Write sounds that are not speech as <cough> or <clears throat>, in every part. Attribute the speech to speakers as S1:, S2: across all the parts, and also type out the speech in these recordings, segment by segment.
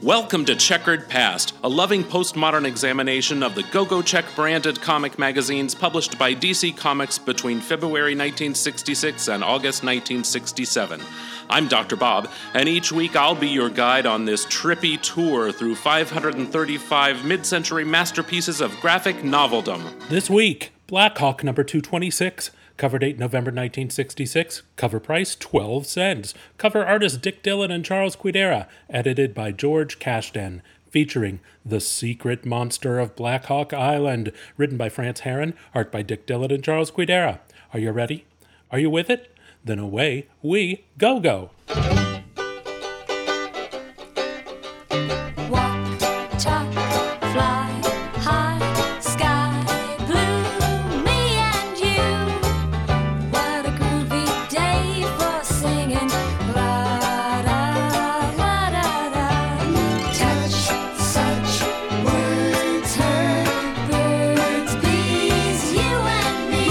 S1: Welcome to Checkered Past, a loving postmodern examination of the Go Go Check branded comic magazines published by DC Comics between February 1966 and August 1967. I'm Dr. Bob, and each week I'll be your guide on this trippy tour through 535 mid century masterpieces of graphic noveldom.
S2: This week, Black Hawk number 226, cover date November 1966, cover price 12 cents, cover artists Dick Dillon and Charles Quidera, edited by George Cashden, featuring The Secret Monster of Black Hawk Island, written by France Herron, art by Dick Dillon and Charles Quidera. Are you ready? Are you with it? Then away we go go.
S3: Walk, talk, fly high, sky blue, me and you. What a groovy day for singing. La da la da da. Touch, such words heard, birds, bees, you and me.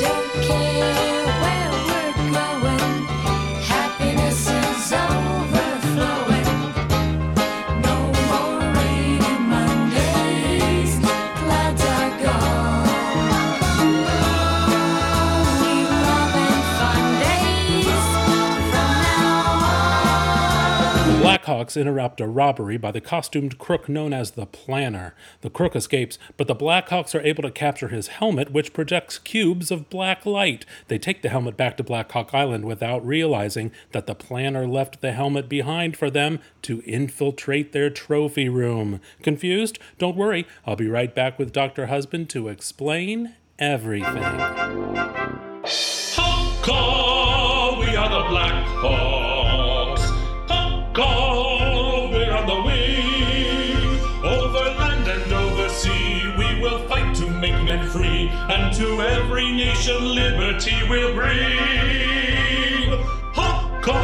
S3: Don't care where we're going. Happiness is overflowing. No more rainy Mondays. Clouds are gone. Only love and fun days from now on.
S2: Blackhawks interrupt a robbery by the costumed crook known as the Planner. The crook escapes, but the Blackhawks are able to capture his helmet, which projects cubes of black light. They take the helmet back to Blackhawk Island without realizing that the Planner left the helmet behind for them to infiltrate their trophy room. Confused? Don't worry, I'll be right back with Dr. Husband to explain everything.
S4: Honka, we are the Black Hawks. Honka, we're on the wing. Over land and over sea, we will fight to make men free, and to every nation liberty we'll bring. Honka,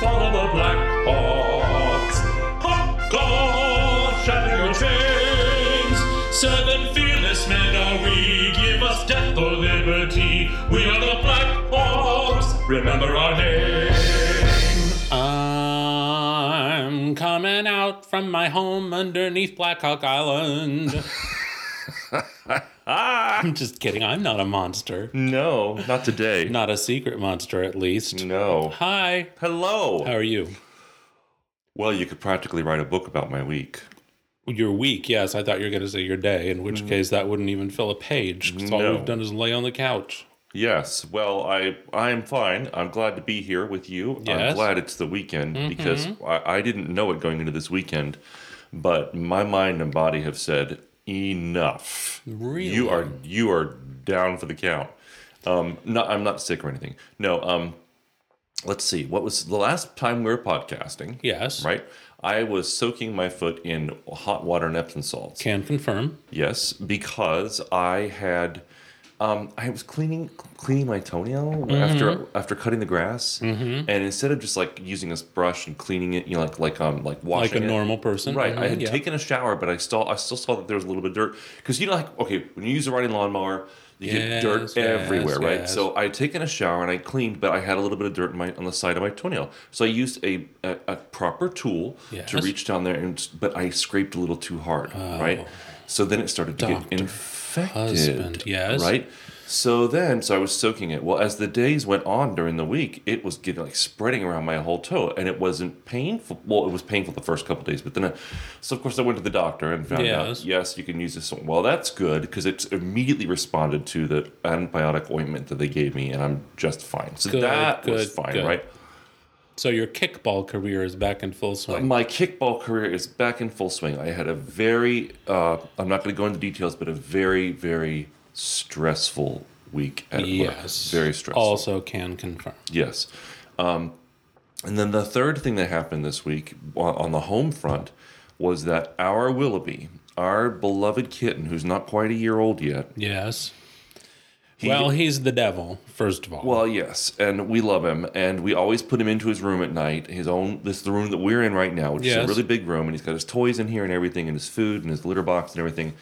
S4: follow the Black Hawks. Honka, shatter your chains. Seven fearless men are we. Give us death or liberty. We are the Black Hawks. Remember our name.
S2: I'm coming out from my home underneath Blackhawk
S5: <laughs>
S2: Island. I'm just kidding. I'm not a monster.
S5: No, not today.
S2: Not a secret monster, at least.
S5: no.
S2: Hi. How
S5: Hello.
S2: are you?
S5: Well, you could practically write a book about my week.
S2: Your week, yes. I thought you were going to say your day, in which case that wouldn't even fill a page because all
S5: Mm-hmm. No.
S2: we've done is lay on the couch.
S5: Yes. Well, I I am fine. I'm glad to be here with you.
S2: Yes. Mm-hmm.
S5: I'm glad it's the weekend because I, I didn't know it going into this weekend, but my mind and body have said enough.
S2: Really?
S5: You are you are down for the count. Um, not I'm not sick or anything. No. Um, let's see. What was the last time we were podcasting?
S2: Yes.
S5: Right. I was soaking my foot in hot water and Epsom salts.
S2: Can confirm.
S5: Yes, because I had um, I was cleaning cleaning my toenail after
S2: Mm-hmm.
S5: after cutting the grass, and instead of just like using this brush and cleaning it, you know, like like um like washing
S2: Like a
S5: it-
S2: normal person.
S5: Right, I
S2: Mhm,
S5: had
S2: yeah.
S5: taken a shower, but I still I still saw that there was a little bit of dirt because you know like okay when you use a riding lawnmower. You
S2: Yes,
S5: get
S2: yes,
S5: dirt everywhere, right?
S2: yes.
S5: So I had taken a shower and I cleaned, but I had a little bit of dirt in my, on the side of my toenail. So I used a, a, a proper tool to
S2: Yes.
S5: reach down there, and but I scraped a little too hard, right? So then it started to
S2: Oh. Doctor
S5: get infected.
S2: husband, yes.
S5: Right? So then, so I was soaking it. Well, as the days went on during the week, it was getting like spreading around my whole toe, and it wasn't painful. Well, it was painful the first couple days, but then, I, so of course, I went to the doctor and found
S2: Yes.
S5: out yes, you can use this one. Well, that's good because it's immediately responded to the antibiotic ointment that they gave me, and I'm just fine. So
S2: Good,
S5: that was
S2: good,
S5: fine,
S2: good.
S5: right?
S2: So your kickball career is back in full swing.
S5: My kickball career is back in full swing. I had a very, uh, I'm not going to go into details, but a very, very stressful week at
S2: yes.
S5: work. Very stressful.
S2: Also can confirm.
S5: Yes. Um, and then the third thing that happened this week uh, on the home front was that our Willoughby, our beloved kitten, who's not quite a year old yet,
S2: Yes.
S5: He,
S2: well, he's the devil, first of all.
S5: Well, yes, and we love him, and we always put him into his room at night. His own, this is the room that we're in right now, which is
S2: Yes.
S5: a really big room, and he's got his toys in here and everything, and his food and his litter box and everything.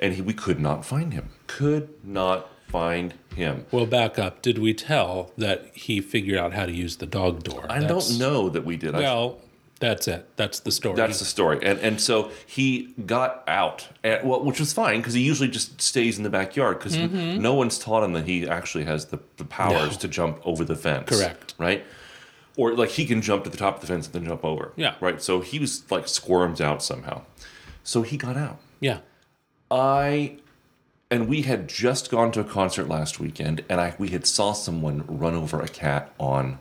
S5: And he, we could not find him. Could not find him.
S2: Well, back up. Did we tell that he figured out how to use the dog door?
S5: I
S2: That's-
S5: don't know that we did. I-
S2: Well, that's it. That's the story.
S5: That's the story, and and so he got out, and, well, which was fine because he usually just stays in the backyard because
S2: Mm-hmm.
S5: no one's taught him that he actually has the, the powers to jump over the fence.
S2: Correct.
S5: Right. Or like he can jump to the top of the fence and then jump over.
S2: Yeah.
S5: Right. So he was like squirms out somehow. So he got out.
S2: yeah.
S5: I and we had just gone to a concert last weekend and I we had saw someone run over a cat on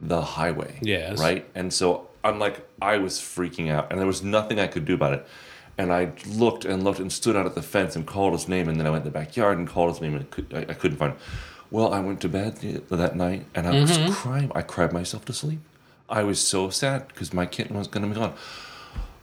S5: the highway.
S2: Yes.
S5: Right? And so I'm like I was freaking out and there was nothing I could do about it. And I looked and looked and stood out at the fence and called his name and then I went in the backyard and called his name and I, could, I, I couldn't find him. Well, I went to bed the- that night and I was crying. I cried myself to sleep. I was so sad because my kitten was going to be gone.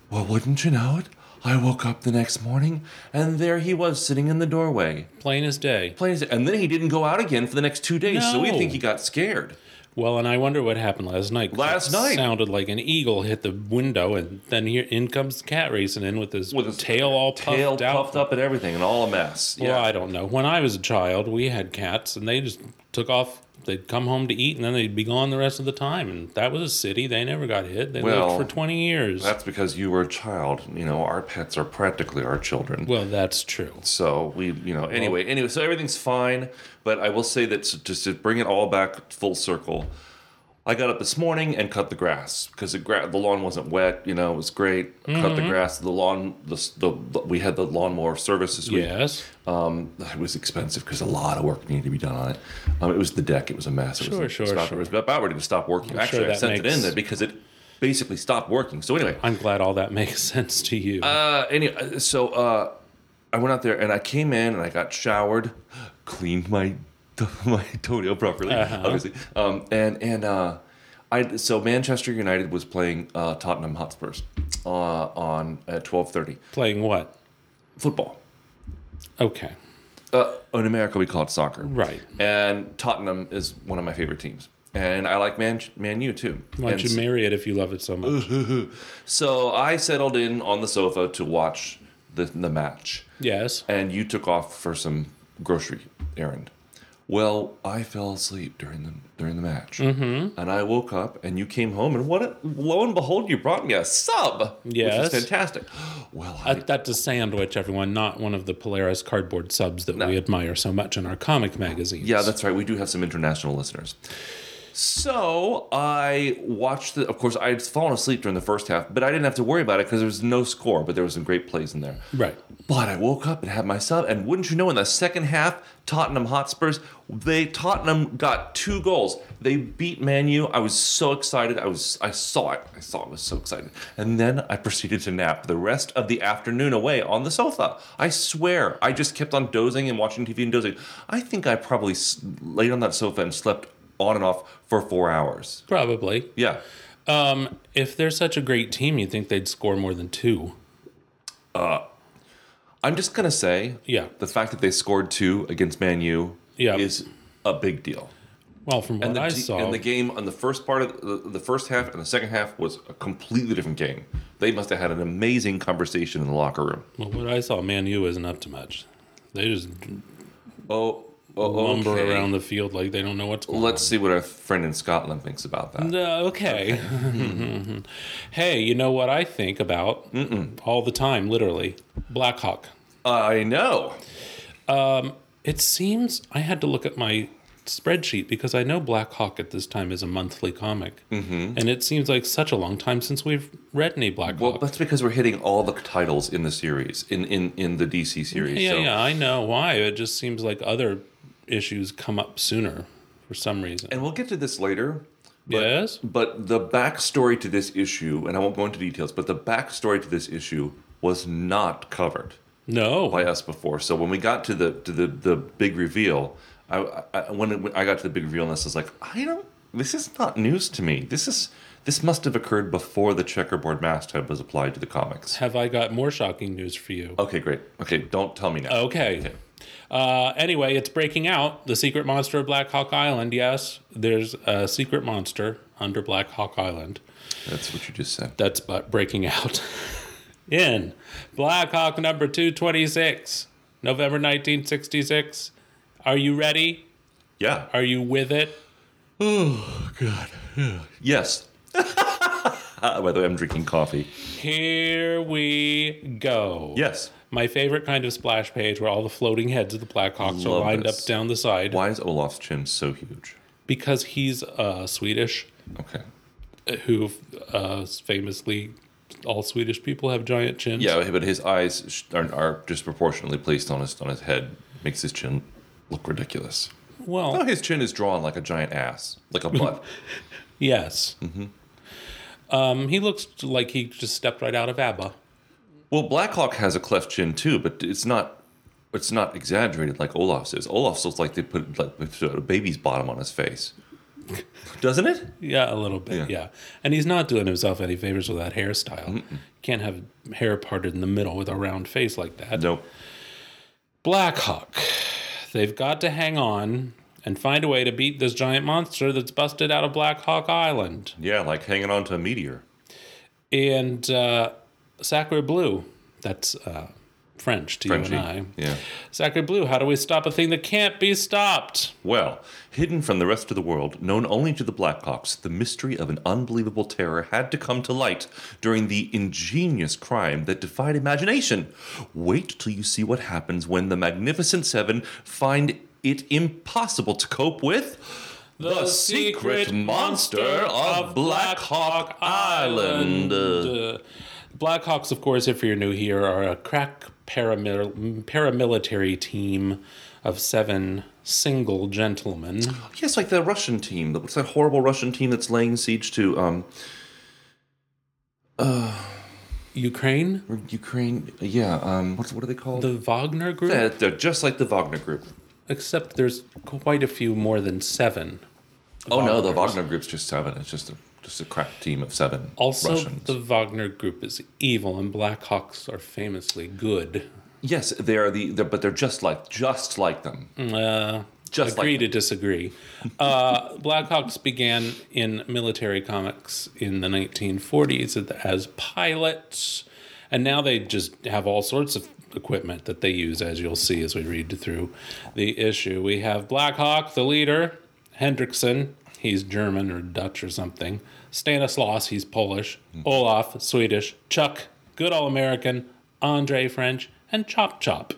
S5: Well, wouldn't you know it? I woke up the next morning and there he was sitting in the doorway.
S2: Plain as day.
S5: Plain as- And then he didn't go out again for the next two days, so we
S2: No.
S5: think he got scared.
S2: Well, and I wonder what happened last night. 'cause
S5: Last
S2: it
S5: night.
S2: sounded like an eagle hit the window, and then here in comes the cat racing in with his,
S5: With his
S2: tail all puffed
S5: Tail
S2: out.
S5: puffed up and everything and all a mess.
S2: Well, I don't know. When I was a child, we had cats, and they just took off. They'd come home to eat, and then they'd be gone the rest of the time. And that was a city. They never got hit. They
S5: Well,
S2: lived for twenty years.
S5: That's because you were a child. You know, our pets are practically our children.
S2: well, that's true.
S5: So we, you know, anyway, anyway, so everything's fine. But I will say that s- just to bring it all back full circle, I got up this morning and cut the grass because the, gra- the lawn wasn't wet. You know, it was great. Cut the
S2: Mm-hmm.
S5: grass. The lawn, the, s- the the- we had the lawnmower service this week.
S2: Yes.
S5: Um, it was expensive because a lot of work needed to be done on it. Um, it was the deck. It was a mess. It
S2: Sure,
S5: was
S2: sure,
S5: stopped-
S2: sure.
S5: It was about ready to stop working.
S2: I'm
S5: Actually,
S2: sure
S5: I
S2: that
S5: sent it in
S2: makes-
S5: there because it basically stopped working. So anyway,
S2: I'm glad all that <laughs> makes sense to you.
S5: uh, anyway, so uh, I went out there and I came in and I got showered, cleaned my <laughs> my toenail properly,
S2: Uh-huh.
S5: obviously, um, and and uh, I so Manchester United was playing uh, Tottenham Hotspurs uh, on at twelve thirty
S2: Playing what?
S5: football.
S2: Okay.
S5: Uh, in America, we call it soccer,
S2: Right.
S5: And Tottenham is one of my favorite teams, and I like Man Man U too.
S2: Why
S5: And
S2: don't you
S5: so-
S2: marry it if you love it so much?
S5: so I settled in on the sofa to watch the the match.
S2: Yes.
S5: and you took off for some grocery errand. Well, I fell asleep during the during the match, mm-hmm. and I woke up, and you came home, and what? Lo and behold, you brought me a sub,
S2: Yes.
S5: which is fantastic. <gasps> Well, I,
S2: Uh, that's a sandwich, everyone, not one of the Polaris cardboard subs that we admire so much in our comic magazines.
S5: yeah, that's right. We do have some international listeners. So I watched the. Of course, I had fallen asleep during the first half, but I didn't have to worry about it because there was no score, but there was some great plays in there.
S2: right.
S5: But I woke up and had my sub, and wouldn't you know, in the second half, Tottenham Hotspurs, they Tottenham got two goals. They beat Man U. I was so excited. I was I saw it. I saw it. I was so excited. And then I proceeded to nap the rest of the afternoon away on the sofa. I swear, I just kept on dozing and watching TV and dozing. I think I probably s- laid on that sofa and slept on and off for four hours.
S2: Probably.
S5: Yeah.
S2: Um, if they're such a great team, you'd think they'd score more than two.
S5: I'm just gonna say,
S2: Yeah.
S5: the fact that they scored two against Man U
S2: Yeah.
S5: is a big deal.
S2: Well, from what
S5: and the,
S2: I
S5: te-
S2: saw,
S5: and the game on the first part of the, the first half and the second half was a completely different game. They must have had an amazing conversation in the locker room.
S2: well, what I saw, Man U isn't up to much. They just
S5: Oh, oh
S2: lumber
S5: okay.
S2: around the field like they don't know what's going
S5: Let's see what our friend in Scotland thinks about that.
S2: on. Uh, okay. <laughs> hey, you know what I think about all the time, literally? Blackhawk.
S5: I know.
S2: It seems I had to look at my spreadsheet because I know Black Hawk at this time is a monthly comic, mm-hmm. and it seems like such a long time since we've read any Black
S5: Well,
S2: Hawk.
S5: that's because we're hitting all the titles in the series, in in in the DC series.
S2: yeah,
S5: so.
S2: yeah, I know why. It just seems like other issues come up sooner for some reason.
S5: And we'll get to this later.
S2: yes,
S5: But the backstory to this issue, and I won't go into details, but the backstory to this issue was not covered.
S2: no,
S5: by us before. So when we got to the to the the big reveal, I, I when, it, when I got to the big reveal, and this is like I don't. This is not news to me. This is this must have occurred before the checkerboard masthead was applied to the comics.
S2: have I got more shocking news for you?
S5: Oh. Okay, great. Okay, don't tell me now.
S2: Okay. Uh, anyway, it's breaking out. The secret monster of Black Hawk Island. Yes, there's a secret monster under Black Hawk Island
S5: That's what you just said.
S2: that's but breaking out <laughs> in Black Hawk number 226, November 1966. Are you ready?
S5: Yeah.
S2: Are you with it?
S5: <sighs> Yes. <laughs> By the way, I'm drinking coffee.
S2: Here we go.
S5: Yes.
S2: My favorite kind of splash page where all the floating heads of the Blackhawks are
S5: Love
S2: lined
S5: this.
S2: up down the side
S5: Why is Olaf's chin so huge?
S2: because he's uh, Swedish,
S5: Okay.
S2: uh, who uh, famously all Swedish people have giant chins.
S5: Yeah, but his eyes sh- are, are disproportionately placed on his on his head, makes his chin look ridiculous.
S2: Well,
S5: Oh, his chin is drawn like a giant ass,
S2: <laughs>
S5: like a butt.
S2: yes.
S5: Mm-hmm.
S2: Um, he looks like he just stepped right out of ABBA.
S5: well, Blackhawk has a cleft chin too, but it's not it's not exaggerated like Olaf's is. Olaf's looks like they put like they put a baby's bottom on his face,
S2: <laughs>
S5: doesn't it?
S2: Yeah, a little bit. Yeah.
S5: Yeah.
S2: And he's not doing himself any favors with that hairstyle. Can't have hair parted in the middle with a round face like that.
S5: Nope.
S2: Blackhawk. They've got to hang on and find a way to beat this giant monster that's busted out of Black Hawk Island.
S5: Yeah, like hanging on to a meteor.
S2: And uh, Sacre Bleu, that's uh, French to
S5: Frenchie.
S2: you and I.
S5: Yeah.
S2: Sacre Bleu, how do we stop a thing that can't be stopped?
S5: Well, hidden from the rest of the world, known only to the Blackhawks, the mystery of an unbelievable terror had to come to light during the ingenious crime that defied imagination. Wait till you see what happens when the Magnificent Seven find it impossible to cope with
S2: The secret monster of Black Hawk Island. Uh, Blackhawks, of course, if you're new here, are a crack paramil- paramilitary team of seven single gentlemen.
S5: Yes, like the Russian team. What's that horrible Russian team that's laying siege to um,
S2: Ukraine,
S5: Ukraine? Yeah, um, what's, what are they called?
S2: the Wagner group,
S5: They're- they're just like the Wagner Group.
S2: except there's quite a few more than seven.
S5: Oh no, the Wagner group's just seven. It's just a just a crack team of seven
S2: Also,
S5: Russians.
S2: the Wagner group is evil, and Blackhawks are famously good.
S5: yes, they are the. They're, but they're just like just like them.
S2: Uh,
S5: Just
S2: agree
S5: like-
S2: to disagree. Uh, Blackhawks began in military comics in the 1940s at the- as pilots, and now they just have all sorts of equipment that they use, as you'll see as we read through the issue. We have Blackhawk, the leader, Hendrickson, he's German or Dutch or something, Stanislaus, he's Polish,
S5: Hmm.
S2: Olaf, Swedish, Chuck, good all American, Andre, French, and Chop Chop.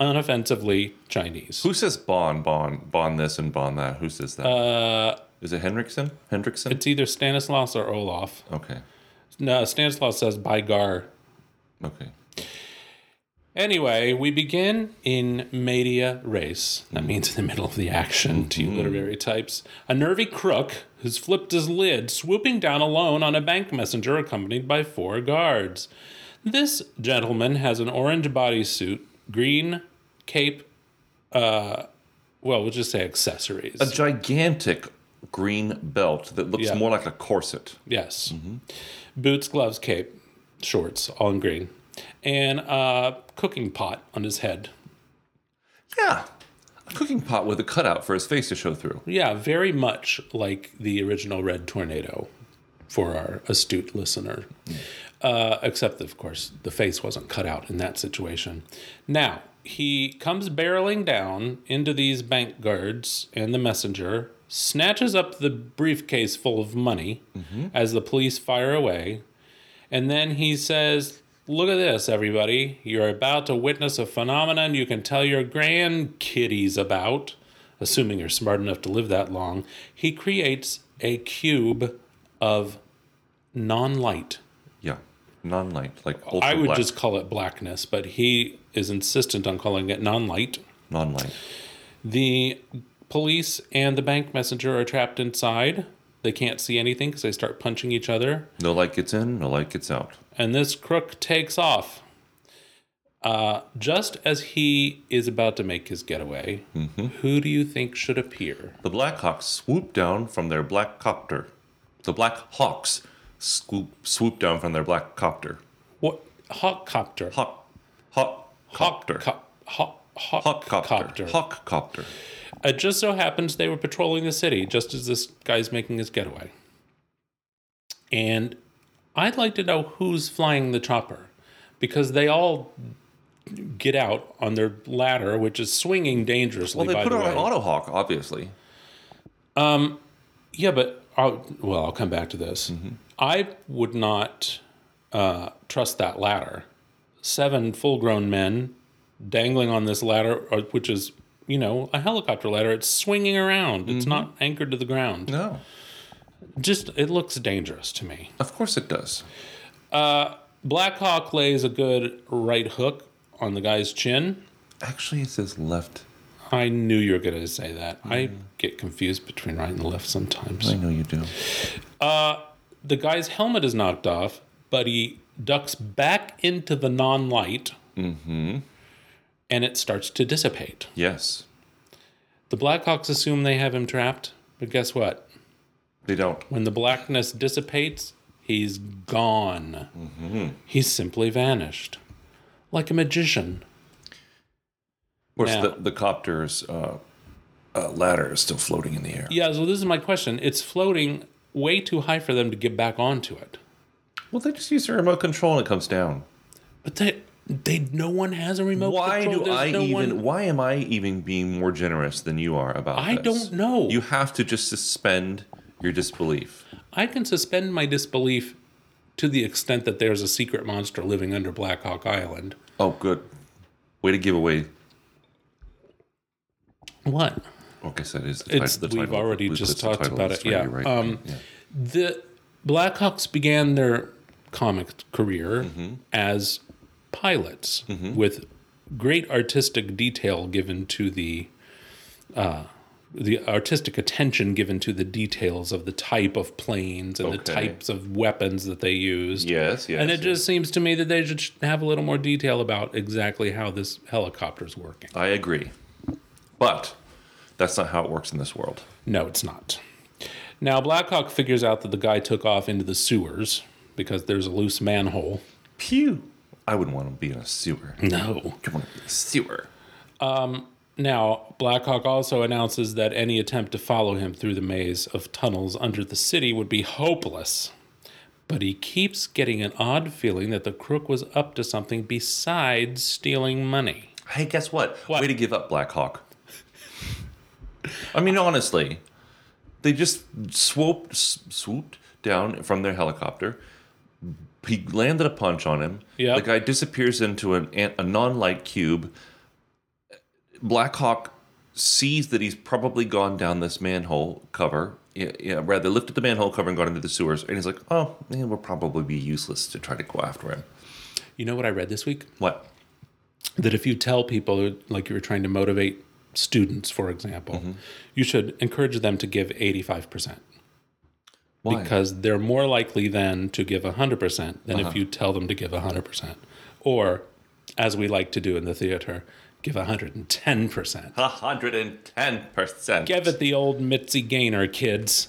S2: Unoffensively Chinese.
S5: Who says Bon Bon Bon this and Bon that? Who says that? Uh, Is it Hendrickson? Hendrickson.
S2: It's either Stanislaus or Olaf.
S5: okay.
S2: No, Stanislaus says Bygar.
S5: Okay.
S2: Anyway, we begin in media res. That means in the middle of the action to you literary types. A nervy crook who's flipped his lid, swooping down alone on a bank messenger accompanied by four guards. This gentleman has an orange bodysuit, green cape, uh, well, we'll just say accessories.
S5: A gigantic green belt that looks
S2: Yeah.
S5: more like a corset.
S2: Yes. Boots, gloves, cape, shorts, all in green, and a cooking pot on his head.
S5: Yeah, a cooking pot with a cutout for his face to show through.
S2: Yeah, very much like the original Red Tornado for our astute listener. Uh, except, of course, the face wasn't cut out in that situation. Now, he comes barreling down into these bank guards and the messenger, snatches up the briefcase full of money as the police fire away, and then he says, Look at this, everybody. You're about to witness a phenomenon you can tell your grandkiddies about, assuming you're smart enough to live that long. He creates a cube of non light.
S5: Yeah, non-light, like ultra
S2: I would
S5: black,
S2: just call it blackness, but he is insistent on calling it non light.
S5: non-light.
S2: The police and the bank messenger are trapped inside. They can't see anything because they start punching each other.
S5: No light gets in, no light gets out.
S2: and this crook takes off. Uh, just as he is about to make his getaway, who do you think should appear?
S5: The Blackhawks swoop down from their black copter. The Black Hawks swoop, swoop down from their black copter.
S2: What hawk copter?
S5: Hawk, hawk, copter.
S2: Cop, hawk, Hawk,
S5: Hawkcopter. Hawkcopter.
S2: It just so happens they were patrolling the city just as this guy's making his getaway. And I'd like to know who's flying the chopper because they all get out on their ladder, which is swinging dangerously.
S5: Well, they
S2: by
S5: put
S2: the
S5: it on
S2: way.
S5: an Autohawk, obviously.
S2: Yeah, but I'll, well, I'll come back to this. I would not uh, trust that ladder. Seven full-grown men dangling on this ladder, uh, which is you know a helicopter ladder. It's swinging around. It's not anchored to the ground.
S5: No.
S2: Just it looks dangerous to me.
S5: Of course it does.
S2: Blackhawk lays a good right hook on the guy's chin.
S5: Actually, it says left.
S2: I knew you were going to say that. I get confused between right and left sometimes.
S5: I know you do.
S2: the guy's helmet is knocked off, but he ducks back into the non light
S5: Mm-hmm.
S2: and it starts to dissipate.
S5: Yes.
S2: The Blackhawks assume they have him trapped, but guess what?
S5: They don't.
S2: When the blackness dissipates, he's gone.
S5: Mm-hmm.
S2: He's simply vanished like a magician.
S5: Of course,
S2: Now-
S5: the, the copter's uh, uh, ladder is still floating in the air.
S2: Yeah, so this is my question. It's floating way too high for them to get back onto it.
S5: Well, they just use the remote control and it comes down.
S2: But they, they no one has a remote
S5: Why
S2: control.
S5: do
S2: There's
S5: I
S2: no
S5: even?
S2: one-
S5: Why am I even being more generous than you are about
S2: I
S5: this?
S2: don't know.
S5: You have to just suspend your disbelief.
S2: I can suspend my disbelief to the extent that there's a secret monster living under Black Hawk Island.
S5: Oh, good. Way to give away.
S2: What?
S5: Okay, so that is the,
S2: It's-
S5: ti- the
S2: we've
S5: title.
S2: already
S5: It's
S2: just
S5: the
S2: talked
S5: title of
S2: about
S5: the
S2: it,
S5: story,
S2: yeah.
S5: you're Right.
S2: Um,
S5: yeah.
S2: The Blackhawks began their comic career
S5: Mm-hmm.
S2: as pilots with great artistic detail given to the uh, the artistic attention given to the details of the type of planes and the
S5: Okay.
S2: types of weapons that they used.
S5: Yes, yes.
S2: and it
S5: yes.
S2: just seems to me that they should have a little more detail about exactly how this helicopter's working.
S5: I agree, but that's not how it works in this world.
S2: No, it's not. Now, Blackhawk figures out that the guy took off into the sewers because there's a loose manhole.
S5: Pew. I wouldn't want to be in a sewer.
S2: No.
S5: Come on, sewer.
S2: Now, Blackhawk also announces that any attempt to follow him through the maze of tunnels under the city would be hopeless. But he keeps getting an odd feeling that the crook was up to something besides stealing money.
S5: Hey, guess what?
S2: What?
S5: Way to give up, Black Hawk. I mean, honestly, they just swooped, s- swooped down from their helicopter. He landed a punch on him.
S2: Yeah.
S5: The guy disappears into an, an- a non-light cube. Black Hawk sees that he's probably gone down this manhole cover. Yeah, yeah, rather lifted the manhole cover and gone into the sewers. And he's like, "Oh, it will probably be useless to try to go after him."
S2: You know what I read this week?
S5: What?
S2: that if you tell people like you were trying to motivate students for example
S5: Mm-hmm.
S2: you should encourage them to give 85%
S5: Why?
S2: because they're more likely then to give 100% than
S5: Uh-huh.
S2: if you tell them to give 100% or as we like to do in the theater give 110%
S5: hundred and ten percent.
S2: give it the old mitzi gaynor kids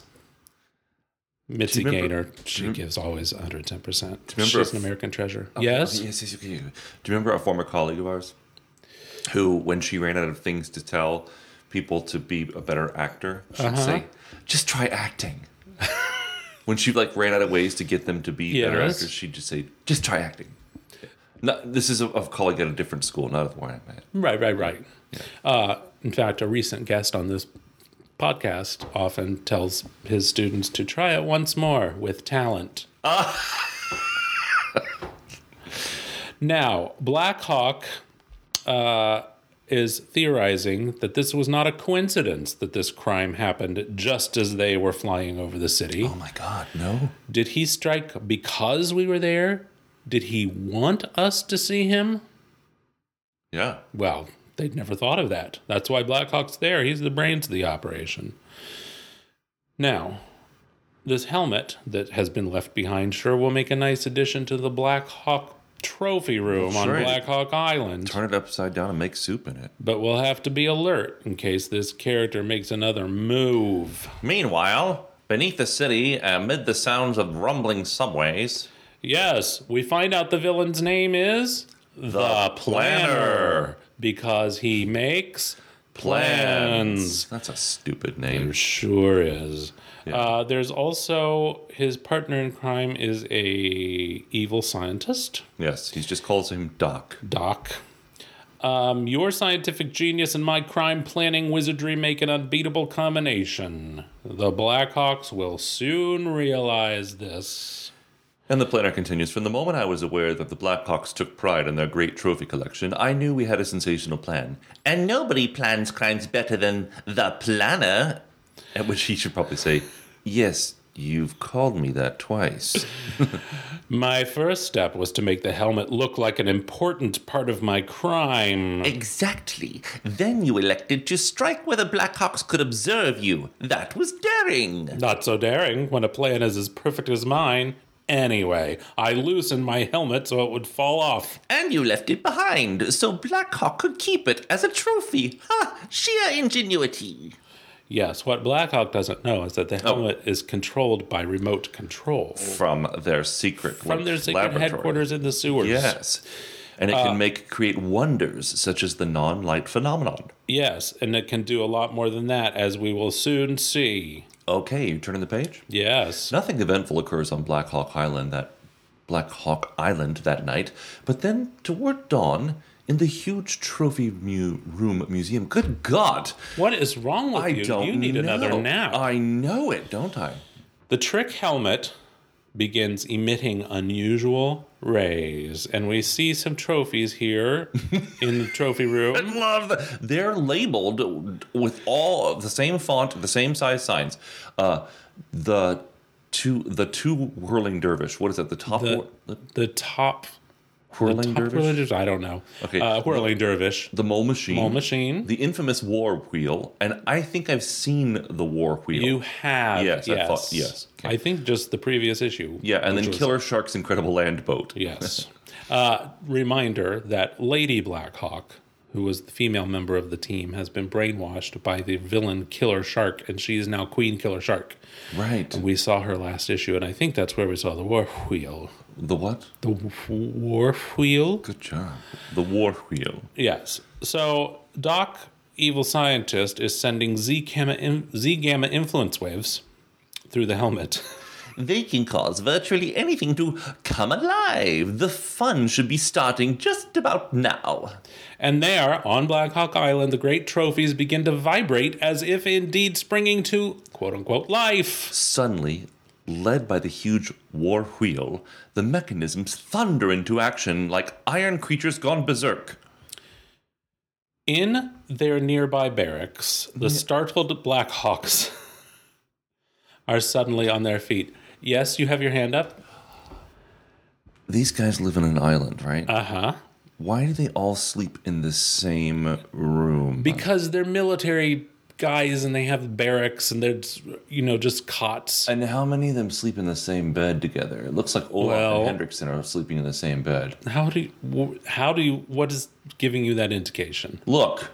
S2: mitzi
S5: remember-
S2: gaynor she gives always 110%
S5: remember
S2: she's
S5: if-
S2: an american treasure yes
S5: Oh, yes, yes, okay. Do you remember a former colleague of ours who, when she ran out of things to tell people to be a better actor, she'd say, "Just try acting." <laughs> when she like ran out of ways to get them to be better
S2: Yes.
S5: actors, she'd just say, "Just try acting." No, this is a, a colleague at a different school, not the one I met.
S2: Right, right, right. Uh, in fact, a recent guest on this podcast often tells his students to try it once more with
S5: <laughs>
S2: talent. now, Black Hawk uh, is theorizing that this was not a coincidence that this crime happened just as they were flying over the city.
S5: Oh my god, no!
S2: Did he strike because we were there? Did he want us to see him?
S5: Yeah,
S2: Well, they'd never thought of that. That's why Blackhawk's there. He's the brains of the operation. Now, this helmet that has been left behind sure will make a nice addition to the Black Hawk trophy room on
S5: right.
S2: Black Hawk Island.
S5: turn it upside down and make soup in it.
S2: But we'll have to be alert in case this character makes another move.
S5: Meanwhile, beneath the city, amid the sounds of rumbling subways,
S2: Yes, we find out the villain's name is
S5: The Planner.
S2: because he makes plans.
S5: That's a stupid name.
S2: Sure is.
S5: Yeah.
S2: Uh, there's also his partner in crime is a evil scientist,
S5: Yes, he just calls him Doc.
S2: Doc. Um, your scientific genius and my crime planning wizardry make an unbeatable combination. The Blackhawks will soon realize this.
S5: And the planner continues From the moment I was aware that the Blackhawks took pride in their great trophy collection, I knew we had a sensational plan. And nobody plans crimes better than the planner. At which he should probably say, Yes, you've called me that twice.
S2: My first step was to make the helmet look like an important part of my crime.
S5: Exactly. Then you elected to strike where the Blackhawks could observe you. That was daring.
S2: Not so daring when a plan is as perfect as mine. Anyway, I loosened my helmet so it would fall off.
S5: And you left it behind, so Blackhawk could keep it as a trophy. Ha! Sheer ingenuity.
S2: Yes, what Blackhawk doesn't know is that the
S5: Oh.
S2: helmet is controlled by remote control
S5: From their secret
S2: from their secret
S5: laboratory.
S2: headquarters Uh. in the sewers.
S5: Yes. And it can make create wonders such as the non-light phenomenon.
S2: Yes, and it can do a lot more than that, as we will soon see.
S5: Okay, you turn in the page.
S2: Yes.
S5: Nothing eventful occurs on Black Hawk Island that Black Hawk Island that night, but then toward dawn, in the huge trophy mu- room museum. Good God!
S2: What is wrong with
S5: I
S2: you?
S5: don't
S2: you need
S5: know.
S2: another nap.
S5: I know it, don't I?
S2: The trick helmet begins emitting unusual rays, and we see some trophies
S5: <laughs>
S2: here in the trophy room.
S5: Love. that- They're labeled with all of the same font, the same size signs. Uh, the two, the two whirling dervish. What is that? The top
S2: The,
S5: whir- the
S2: the top, the
S5: whirling
S2: top
S5: dervish.
S2: whirling dervish. I don't know.
S5: Okay.
S2: Uh, whirling dervish.
S5: the mole machine.
S2: Mole machine.
S5: The infamous war wheel, and I think I've seen the war wheel.
S2: you have
S5: Yes, I
S2: yes.
S5: thought- yes, okay.
S2: I think just the previous issue.
S5: yeah, and
S2: which
S5: then
S2: was-
S5: Killer Shark's incredible land boat.
S2: Yes. Uh, reminder that Lady Blackhawk, who was the female member of the team, has been brainwashed by the villain Killer Shark, and she is now Queen Killer Shark.
S5: <laughs> Right.
S2: We saw her last issue, and I think that's where we saw the war wheel.
S5: the what?
S2: The w- war wheel?
S5: Good job. The war wheel.
S2: Yes. So, Doc, evil scientist, is sending Z gamma, in- Z gamma influence waves through the helmet.
S5: They can cause virtually anything to come alive. The fun should be starting just about now.
S2: And there, on Black Hawk Island, the great trophies begin to vibrate as if indeed springing to quote unquote life.
S5: Suddenly, led by the huge war wheel, the mechanisms thunder into action like iron creatures gone berserk.
S2: In their nearby barracks, the startled Black Hawks <laughs> are suddenly on their feet. Yes, you have your hand up.
S5: These guys live on an island, right?
S2: Uh huh.
S5: Why do they all sleep in the same room?
S2: Because they're military guys and they have barracks and they're, you know, just cots.
S5: and how many of them sleep in the same bed together? It looks like Olaf
S2: Well-
S5: and Hendrickson are sleeping in the same bed.
S2: How do you, wh- how do you, what is giving you that indication?
S5: Look,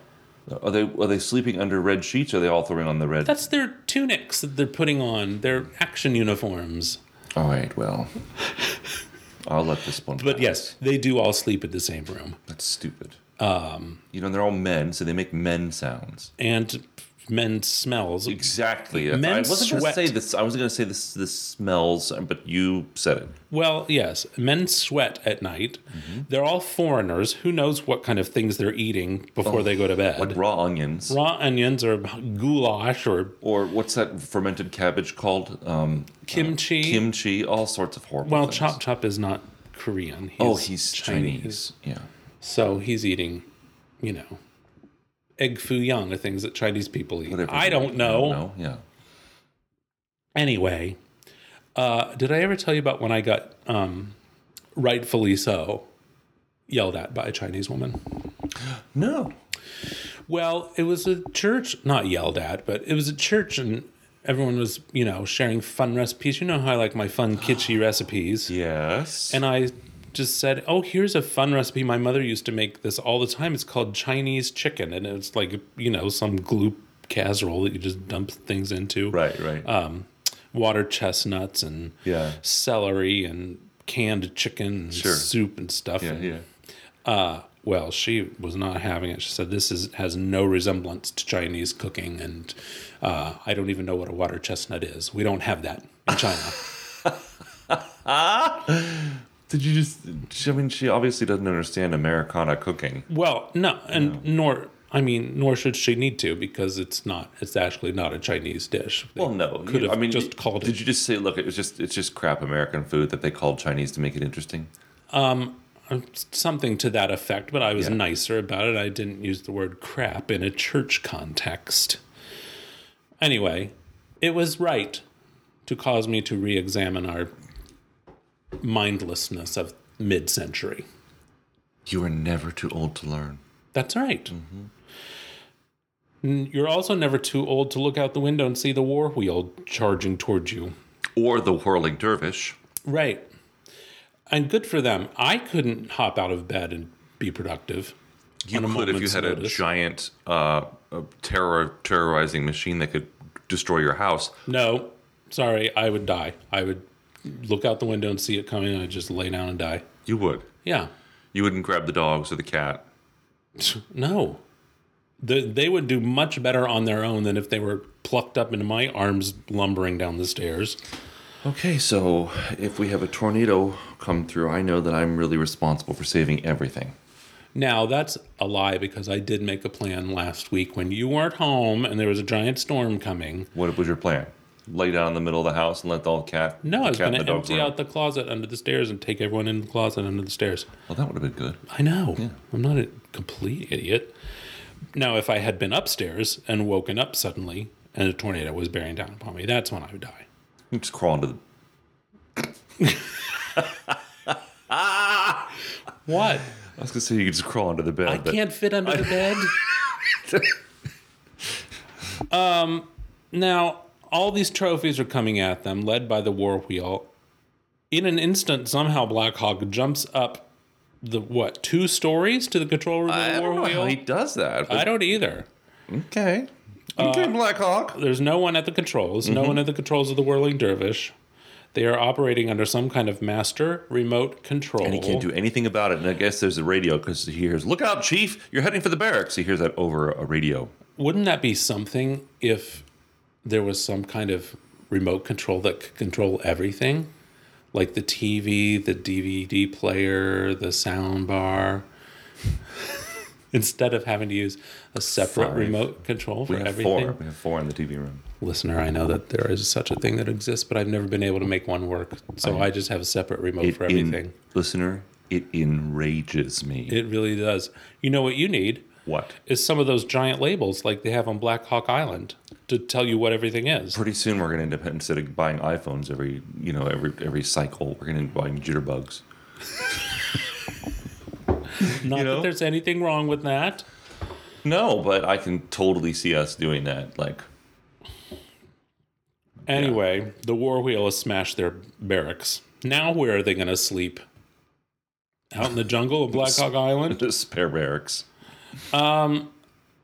S5: are they are they sleeping under red sheets? Or are they all throwing on the red?
S2: That's their tunics that they're putting on, their action uniforms.
S5: all right. Well, I'll let this one.
S2: But
S5: pass.
S2: yes, they do all sleep in the same room.
S5: that's stupid. Um, you know they're all men, so they make men sounds.
S2: And men smells.
S5: Exactly.
S2: Men
S5: I wasn't
S2: sweat.
S5: gonna say this. I was gonna say this. This smells, but you said it.
S2: Well, yes, men sweat at night. They're all foreigners. Who knows what kind of things they're eating before they go to bed?
S5: Like raw onions,
S2: Raw onions or goulash or
S5: or what's that fermented cabbage called? Um,
S2: kimchi.
S5: kimchi, all sorts of horrible.
S2: well,
S5: things.
S2: Chop Chop is not Korean. He's
S5: Oh, he's Chinese. Yeah.
S2: So he's eating, you know, egg foo young or things that Chinese people eat.
S5: Whatever.
S2: I don't know.
S5: No. Yeah.
S2: Anyway, uh, did I ever tell you about when I got um, rightfully so yelled at by a Chinese woman?
S5: No.
S2: Well, it was a church, not yelled at, but it was a church, and everyone was, you know, sharing fun recipes. You know how I like my fun,
S5: <gasps>
S2: kitschy recipes.
S5: Yes.
S2: And I just said, Oh, here's a fun recipe. My mother used to make this all the time. It's called Chinese chicken. And it's like, you know, some gloop casserole that you just dump things into.
S5: right. Right.
S2: Um, water chestnuts and
S5: Yeah.
S2: celery and canned chicken and
S5: Sure.
S2: soup and stuff.
S5: yeah.
S2: And
S5: Yeah.
S2: Well, she was not having it. She said, "This is has no resemblance to Chinese cooking, and uh, I don't even know what a water chestnut is. We don't have that in
S5: <laughs>
S2: China."
S5: Did you just? she- I mean, she obviously doesn't understand Americana cooking.
S2: well, no, and nor I mean, nor should she need to because it's not. It's actually not a Chinese dish. They
S5: Well, no.
S2: could
S5: you-
S2: have
S5: I mean,
S2: just called it.
S5: Did you just say, look, it was just it's just crap American food that they called Chinese to make it interesting?
S2: something to that effect, but I was
S5: Yeah.
S2: nicer about it. I didn't use the word crap in a church context. Anyway, it was right to cause me to re examine our mindlessness of mid century.
S5: You are never too old to learn.
S2: That's right. N- You're also never too old to look out the window and see the war wheel charging towards you.
S5: Or the whirling dervish.
S2: Right. And good for them. I couldn't hop out of bed and be productive.
S5: You
S2: on a
S5: could if you
S2: moment's
S5: had a
S2: notice.
S5: giant uh, uh, terror terrorizing machine that could destroy your house.
S2: No, sorry, I would die. I would look out the window and see it coming, and I'd just lay down and die.
S5: You would.
S2: Yeah, <laughs>
S5: You wouldn't grab the dogs or the cat.
S2: no, the, they would do much better on their own than if they were plucked up into my arms, lumbering down the stairs.
S5: Okay, so if we have a tornado come through, I know that I'm really responsible for saving everything.
S2: Now that's a lie because I did make a plan last week when you weren't home and there was a giant storm coming.
S5: What was your plan? Lay down in the middle of the house and let the old cat.
S2: No,
S5: the
S2: I was
S5: cat
S2: going
S5: and
S2: to
S5: the dogs
S2: empty
S5: run?
S2: out the closet under the stairs and take everyone in the closet under the stairs.
S5: Well, that would have been good.
S2: I know. I'm not a complete idiot. Now, if I had been upstairs and woken up suddenly and a tornado was bearing down upon me, that's when I would die.
S5: You just crawl into the.
S2: What?
S5: I was gonna say you could just crawl under the bed.
S2: I
S5: but
S2: can't fit under the bed. um,
S5: <laughs>
S2: Um, now, all these trophies are coming at them, led by the war wheel. In an instant, somehow Black Hawk jumps up the what two stories to the control room of
S5: I
S2: the war
S5: don't know how
S2: wheel.
S5: he does that.
S2: I don't either.
S5: Okay. Okay, Black Hawk.
S2: there's no one at the controls, no
S5: Mm-hmm.
S2: one at the controls of the whirling dervish. They are operating under some kind of master remote control.
S5: And he can't do anything about it. And I guess there's a radio because he hears, "Look out, Chief! You're heading for the barracks." He hears that over a radio.
S2: Wouldn't that be something if there was some kind of remote control that could control everything? Like the TV, the DVD player, the sound bar. <laughs> Instead of having to use a separate
S5: Five.
S2: remote control for
S5: We have
S2: everything.
S5: four. We have four in the TV room.
S2: Listener, I know that there is such a thing that exists, but I've never been able to make one work. So I just have a separate remote for
S5: en-
S2: everything.
S5: listener, it enrages me.
S2: It really does. You know what you need
S5: what?
S2: is some of those giant labels like they have on Black Hawk Island to tell you what everything is.
S5: Pretty soon we're gonna end up instead of buying iPhones every you know every every cycle, we're gonna end up buying jitterbugs.
S2: Not
S5: know?
S2: that there's anything wrong with that.
S5: No, but I can totally see us doing that. Like, <laughs>
S2: Anyway, the war wheel has smashed their barracks. Now where are they going to sleep? Out in the jungle of Black Hawk Island?
S5: the spare barracks.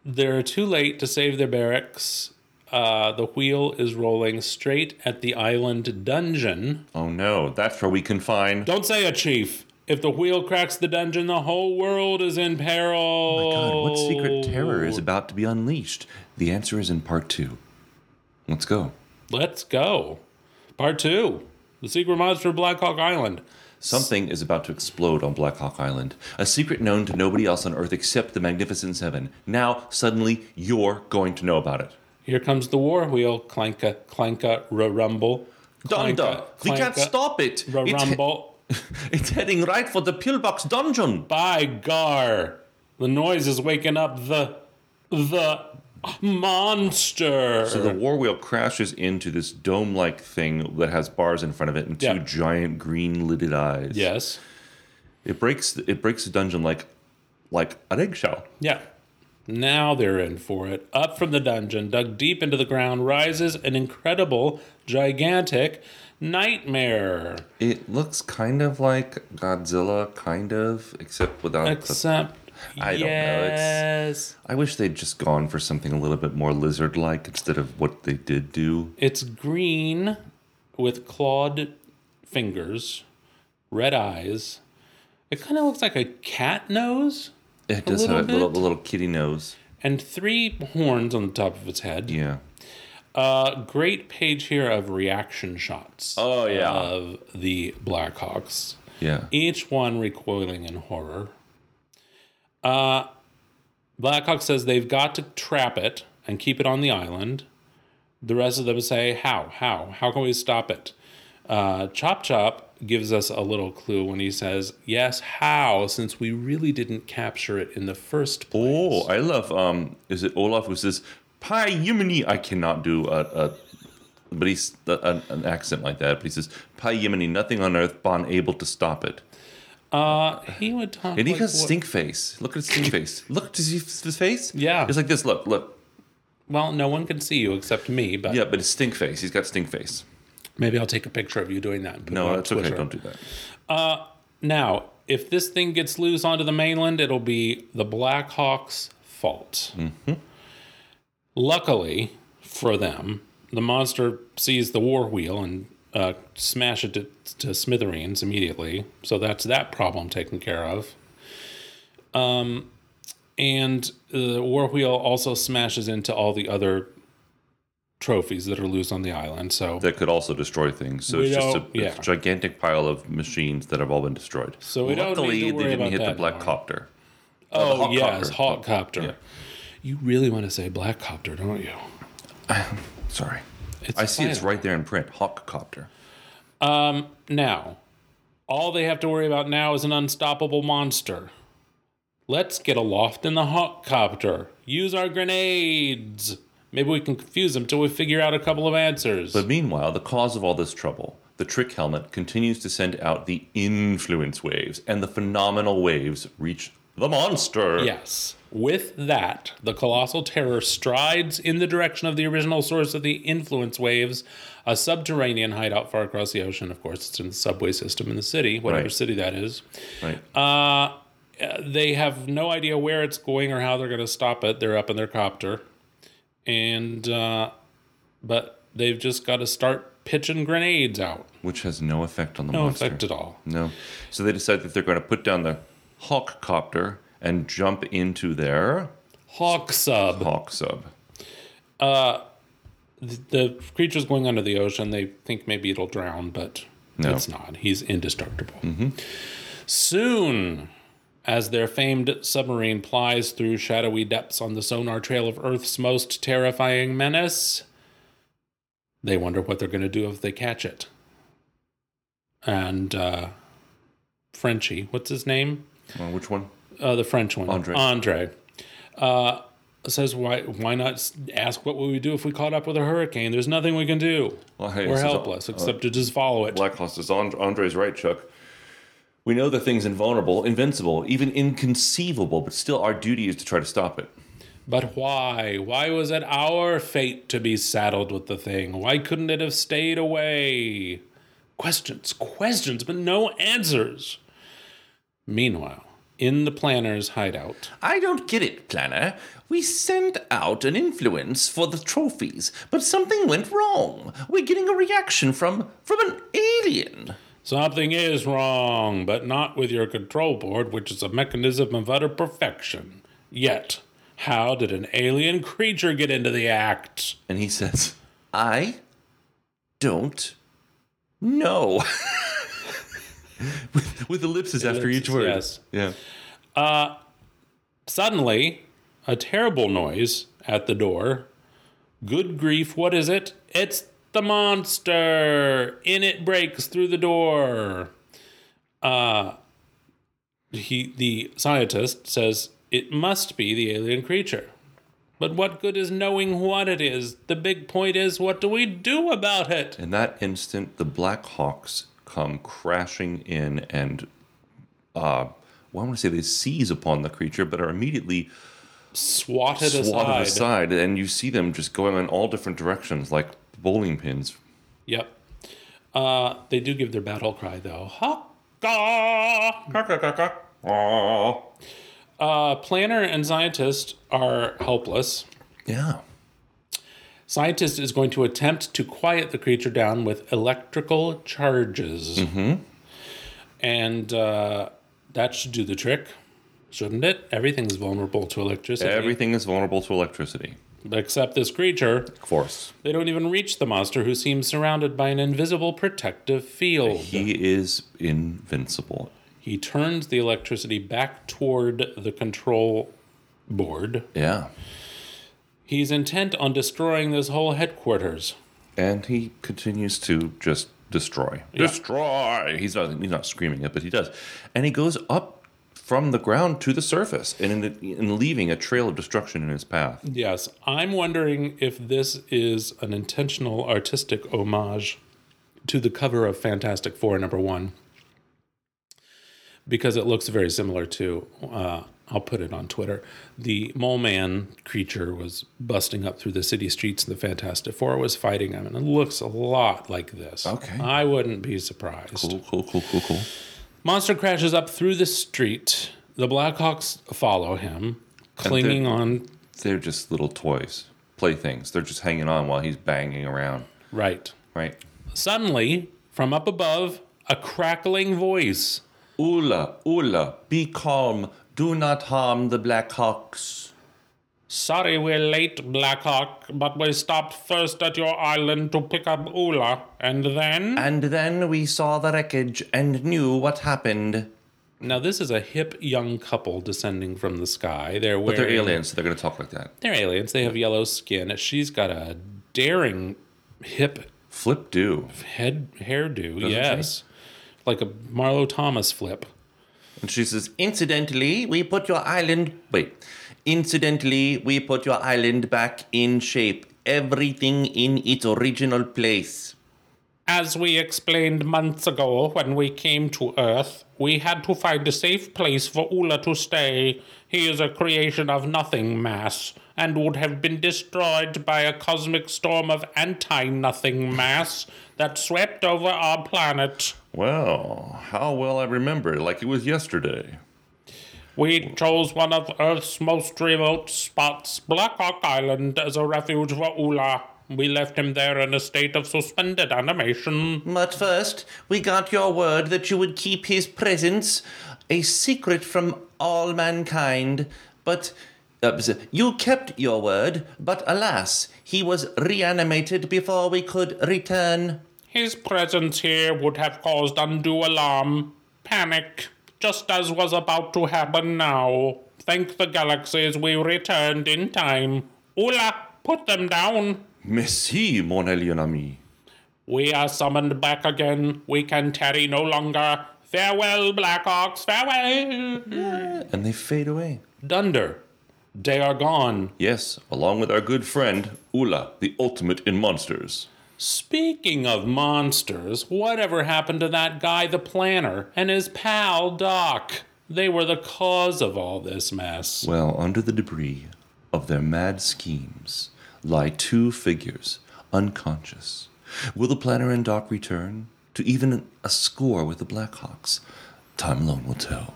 S2: They're too late to save their barracks. Uh, the wheel is rolling straight at the island dungeon.
S5: Oh no, that's where we confine.
S2: Don't say it, Chief. If the wheel cracks the dungeon, the whole world is in peril.
S5: Oh My God, what secret terror is about to be unleashed? The answer is in part two. Let's go.
S2: Let's go. Part two The Secret Monster of Black Hawk Island.
S5: Something is about to explode on Black Hawk Island. A secret known to nobody else on Earth except the Magnificent Seven. Now, suddenly, you're going to know about it.
S2: Here comes the war wheel. Clanka, clanka, rumble.
S5: Donda, we can't stop it. It's, he-
S2: Rumble.
S5: it's heading right for the pillbox dungeon.
S2: By gar. The noise is waking up the. the. monster.
S5: So the war wheel crashes into this dome-like thing that has bars in front of it and two
S2: Yeah.
S5: giant green lidded eyes.
S2: yes.
S5: It breaks it breaks the dungeon like like an eggshell.
S2: Yeah. Now they're in for it. Up from the dungeon, dug deep into the ground, rises an incredible, gigantic nightmare.
S5: It looks kind of like Godzilla, kind of, except without the
S2: Except.
S5: <laughs> I don't know, it's-
S2: yes.
S5: I wish they'd just gone for something a little bit more lizard like instead of what they did do.
S2: It's green with clawed fingers, red eyes. It kind of looks like a cat nose.
S5: It does
S2: little
S5: have a little,
S2: bit.
S5: a little kitty nose.
S2: and three horns on the top of its head.
S5: Yeah.
S2: Uh, great page here of reaction shots.
S5: Oh, yeah.
S2: of the Blackhawks,
S5: Yeah.
S2: each one recoiling in horror. Uh, Blackhawk says they've got to trap it and keep it on the island. The rest of them say, "How? How? How can we stop it?" Uh, Chop Chop gives us a little clue when he says, "Yes, how? Since we really didn't capture it in the first place."
S5: Oh, I love. Um, is it Olaf who says "Pi Yemeni"? I cannot do a, a but he's a, an, an accent like that. But he says "Pi Yemeni." Nothing on earth bon able to stop it.
S2: He would talk.
S5: And he
S2: like
S5: got
S2: what-
S5: stink face. Look at his stink face. Look to see his face.
S2: Yeah.
S5: it's like this. Look, look.
S2: Well, no one can see you except me, but
S5: Yeah, but it's stink face. He's got stink face.
S2: maybe I'll take a picture of you doing that. and put it
S5: No,
S2: on
S5: that's
S2: Twitter.
S5: okay. Don't do that.
S2: Now, if this thing gets loose onto the mainland, it'll be the Blackhawks' fault.
S5: Mm-hmm.
S2: Luckily for them, the monster sees the war wheel and uh, smashes it to, to smithereens immediately. So that's that problem taken care of. Um, and the war wheel also smashes into all the other trophies that are loose on the island. So
S5: That could also destroy things. So
S2: We
S5: it's just a,
S2: don't- yeah.
S5: a gigantic pile of machines that have all been destroyed.
S2: So we don't need
S5: luckily
S2: to worry
S5: they didn't
S2: about
S5: hit the
S2: that
S5: black
S2: anymore.
S5: copter.
S2: Oh
S5: hot
S2: yes,
S5: copter.
S2: hot copter.
S5: Yeah.
S2: You really want to say black copter, don't you?
S5: Sorry.
S2: It's
S5: I see it's
S2: fine.
S5: right there in print. Hawk copter.
S2: Now, all they have to worry about now is an unstoppable monster. Let's get aloft in the hot copter. Use our grenades. Maybe we can confuse them till we figure out a couple of answers.
S5: But meanwhile, the cause of all this trouble, the trick helmet, continues to send out the influence waves, and the phenomenal waves reach the monster.
S2: yes. With that, the colossal terror strides in the direction of the original source of the influence waves, a subterranean hideout far across the ocean. Of course, it's in the subway system in the city, whatever
S5: Right.
S2: city that is.
S5: Right.
S2: Uh, they have no idea where it's going or how they're going to stop it. They're up in their copter, and uh, but they've just got to start pitching grenades out.
S5: Which has no effect on the
S2: No
S5: monster.
S2: effect at all.
S5: No. So they decide that they're going to put down the Hawk copter and jump into their
S2: Hawk sub.
S5: Hawk sub.
S2: The creature's going under the ocean. They think maybe it'll drown, but
S5: No.
S2: it's not. He's indestructible. Soon. As their famed submarine plies through shadowy depths on the sonar trail of Earth's most terrifying menace, they wonder what they're going to do if they catch it. And uh, Frenchie, what's his name?
S5: Uh, which one?
S2: Uh, the French one,
S5: Andre.
S2: Andre uh, says, "Why? Why not s- ask what would we do if we caught up with a hurricane? There's nothing we can do.
S5: Well, hey,
S2: We're
S5: this is a-
S2: helpless
S5: uh,
S2: except to just follow it."
S5: Black Hawk says, "And- Andre's right, Chuck. We know the thing's invulnerable, invincible, even inconceivable, but still our duty is to try to stop it.
S2: But why? Why was it our fate to be saddled with the thing? Why couldn't it have stayed away? Questions, questions, but no answers. Meanwhile, in the planner's hideout,
S5: I don't get it, Planner. We sent out an influence for the trophies, but something went wrong. We're getting a reaction from from an alien.
S2: something is wrong, but not with your control board, which is a mechanism of utter perfection. Yet, how did an alien creature get into the act?
S5: And he says, I don't know. with, with ellipses after each
S2: Ellipses,
S5: word.
S2: yes.
S5: Yeah.
S2: Suddenly, a terrible noise at the door. Good grief, what is it? It's the monster! In it breaks through the door. Uh he the scientist says it must be the alien creature. But what good is knowing what it is? The big point is what do we do about it?
S5: In that instant, the Black Hawks come crashing in and, uh, well, I want to say they seize upon the creature, but are immediately
S2: Swatted,
S5: swatted
S2: aside.
S5: aside, and you see them just going in all different directions like bowling pins.
S2: Yep. Uh they do give their battle cry though. Hawk! Uh, planner and scientist are helpless.
S5: Yeah.
S2: Scientist is going to attempt to quiet the creature down with electrical Mm-hmm. charges. And uh, that should do the trick. shouldn't it? Everything's vulnerable to electricity.
S5: Everything is vulnerable to electricity.
S2: Except this creature.
S5: Of course.
S2: They don't even reach the monster who seems surrounded by an invisible protective field.
S5: He is invincible.
S2: He turns the electricity back toward the control board.
S5: Yeah.
S2: He's intent on destroying this whole headquarters.
S5: And he continues to just destroy. Destroy. He's not he's not screaming it, but he does. And he goes up from the ground to the surface and in the, and leaving a trail of destruction in his path.
S2: Yes, I'm wondering if this is an intentional artistic homage to the cover of Fantastic Four number one, because it looks very similar to. Uh, I'll put it on Twitter. The mole man creature was busting up through the city streets, and the Fantastic Four was fighting him, and it looks a lot like this.
S5: Okay.
S2: I wouldn't be surprised.
S5: Cool, cool, cool, cool, cool.
S2: Monster crashes up through the street. The Blackhawks follow him, clinging on.
S5: They're just little toys, playthings. They're just hanging on while he's banging around,
S2: Right.
S5: right?
S2: Suddenly, from up above, a crackling voice.
S5: Ula, Ula, be calm. Do not harm the Black Hawks.
S2: Sorry we're late, Blackhawk, but we stopped first at your island to pick up Ula, and then.
S5: And then we saw the wreckage and knew what happened.
S2: Now, this is a hip young couple descending from the sky. They're wearing.
S5: But they're aliens, so they're going to talk like that.
S2: They're aliens. They have yellow skin. She's got a daring hip
S5: Flip do.
S2: head hairdo.
S5: she?
S2: yes. Like a Marlo Thomas flip.
S5: And she says, Incidentally, we put your island. Wait. Incidentally, we put your island back in shape. Everything in its original place.
S2: As we explained months ago when we came to Earth, we had to find a safe place for Ula to stay. He is a creation of nothing mass and would have been destroyed by a cosmic storm of anti nothing mass that swept over our planet.
S5: Well, how well I remember, like it was yesterday.
S2: We chose one of Earth's most remote spots, Blackhawk Island, as a refuge for Ula. We left him there in a state of suspended animation.
S5: But first, we got your word that you would keep his presence a secret from all mankind. But uh, you kept your word, but alas, he was reanimated before we could return.
S2: His presence here would have caused undue alarm, panic, just as was about to happen now. Thank the galaxies we returned in time. Ula, put them down.
S5: Merci, mon alien ami.
S2: We are summoned back again. We can tarry no longer. Farewell, Black Ox, farewell.
S5: And they fade away.
S2: Dunder, they are gone.
S5: Yes, along with our good friend, Ula, the ultimate in monsters.
S2: Speaking of monsters, whatever happened to that guy, the planner, and his pal, Doc? They were the cause of all this mess.
S5: Well, under the debris of their mad schemes lie two figures, unconscious. Will the planner and Doc return to even a score with the Blackhawks? Time alone will tell.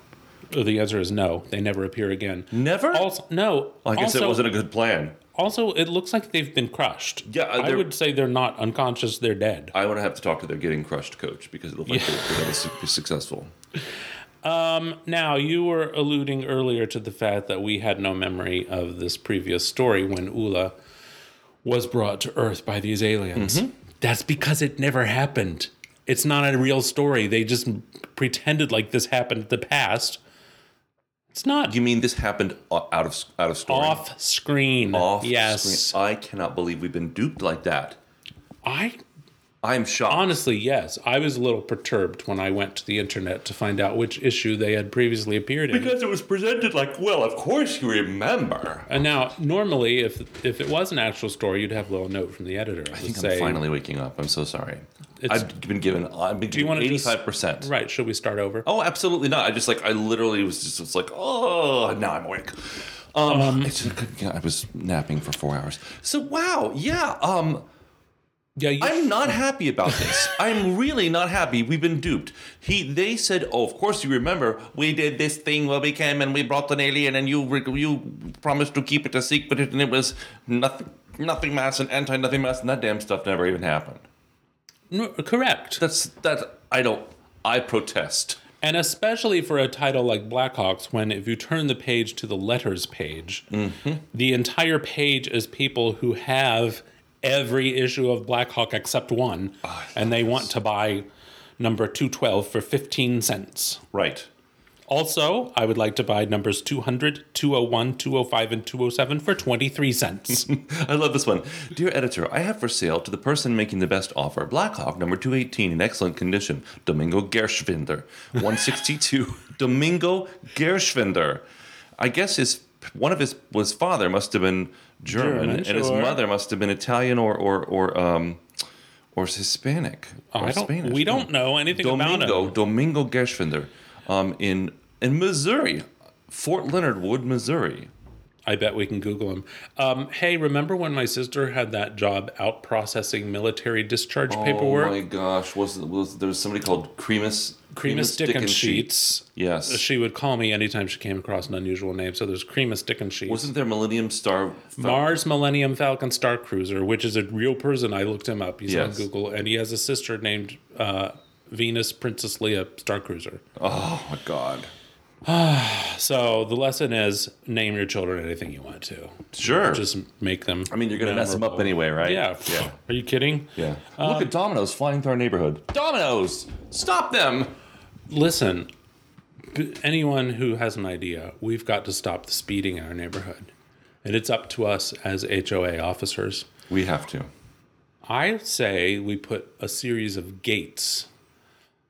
S2: The answer is no. They never appear again.
S5: Never?
S2: Also, no.
S5: I guess
S2: also,
S5: it wasn't a good plan.
S2: also, it looks like they've been crushed.
S5: Yeah, uh,
S2: I
S5: they're-
S2: would say they're not unconscious. They're dead.
S5: I want to have to talk to their getting crushed coach because it looks like they're going to be successful.
S2: Now, you were alluding earlier to the fact that we had no memory of this previous story when Ula was brought to Earth by these aliens.
S5: Mm-hmm.
S2: That's because it never happened. It's not a real story. They just pretended like this happened in the past. It's not
S5: You mean this happened o- out of s- out of story?
S2: off screen.
S5: Off
S2: yes.
S5: screen. I cannot believe we've been duped like that.
S2: I
S5: I'm shocked.
S2: Honestly, yes. I was a little perturbed when I went to the internet to find out which issue they had previously appeared in.
S5: because it was presented like, well, of course you remember.
S2: and now, normally, if if it was an actual story, you'd have a little note from the editor.
S5: I think I'm finally waking up. I'm so sorry.
S2: It's-
S5: I've been given. I've been
S2: you
S5: given
S2: wanna just-
S5: eighty-five percent.
S2: Right? Should we start over?
S5: Oh, absolutely not. I just like I literally was just it's like oh now I'm awake. Um, I, just couldn't get- I was napping for four hours. So wow, yeah. Um,
S2: yeah. You,
S5: I'm not happy about this. I'm really not happy. We've been duped. He, they said, oh, of course you remember. We did this thing where we came and we brought an alien, and you re- you promised to keep it a secret, and it was nothing, nothing mass and anti nothing mass, and that damn stuff never even happened.
S2: No, correct.
S5: That's that I don't. I protest.
S2: And especially for a title like Blackhawks, when if you turn the page to the letters page,
S5: Mm-hmm.
S2: the entire page is people who have every issue of Blackhawk except one,
S5: Ah,
S2: and they want to buy number 212 for 15 cents.
S5: Right.
S2: Also, I would like to buy numbers 200, 201, 205, and 207 for 23 cents.
S5: I love this one. Dear editor, I have for sale to the person making the best offer Blackhawk number 218 in excellent condition, Domingo Gershwinder. 162, <laughs> Domingo Gershwinder. I guess his one of his was father must have been German,
S2: German,
S5: and his
S2: sure.
S5: mother must have been Italian or or or um or Hispanic or
S2: Oh, I don't-
S5: Spanish. Hmm.
S2: we don't know anything about
S5: Domingo,
S2: him.
S5: Domingo Gershwinder um, in in Missouri, Fort Leonard Wood, Missouri.
S2: I bet we can Google them. Um, hey, remember when my sister had that job out processing military discharge paperwork?
S5: Oh my gosh, was, was there was somebody called Cremus
S2: Cremus Dickens Sheets.
S5: Yes.
S2: She would call me anytime she came across an unusual name. So there's Cremus Dickens Sheets.
S5: Wasn't there Millennium Star? Fal-
S2: Mars Millennium Falcon Star Cruiser, which is a real person. I looked him up. He's
S5: Yes.
S2: on Google, and he has a sister named uh, Venus Princess Leia Star Cruiser.
S5: oh my God.
S2: So the lesson is name your children anything you want to.
S5: Sure.
S2: Just make them.
S5: I mean, you're gonna mess them up
S2: memorable.
S5: anyway, right?
S2: Yeah. Uh,
S5: Yeah.
S2: Are you kidding?
S5: Yeah. Look at Domino's flying through our neighborhood. Domino's, stop them!
S2: Listen, b- anyone who has an idea, we've got to stop the speeding in our neighborhood. And it's up to us as HOA officers.
S5: We have to.
S2: I say we put a series of gates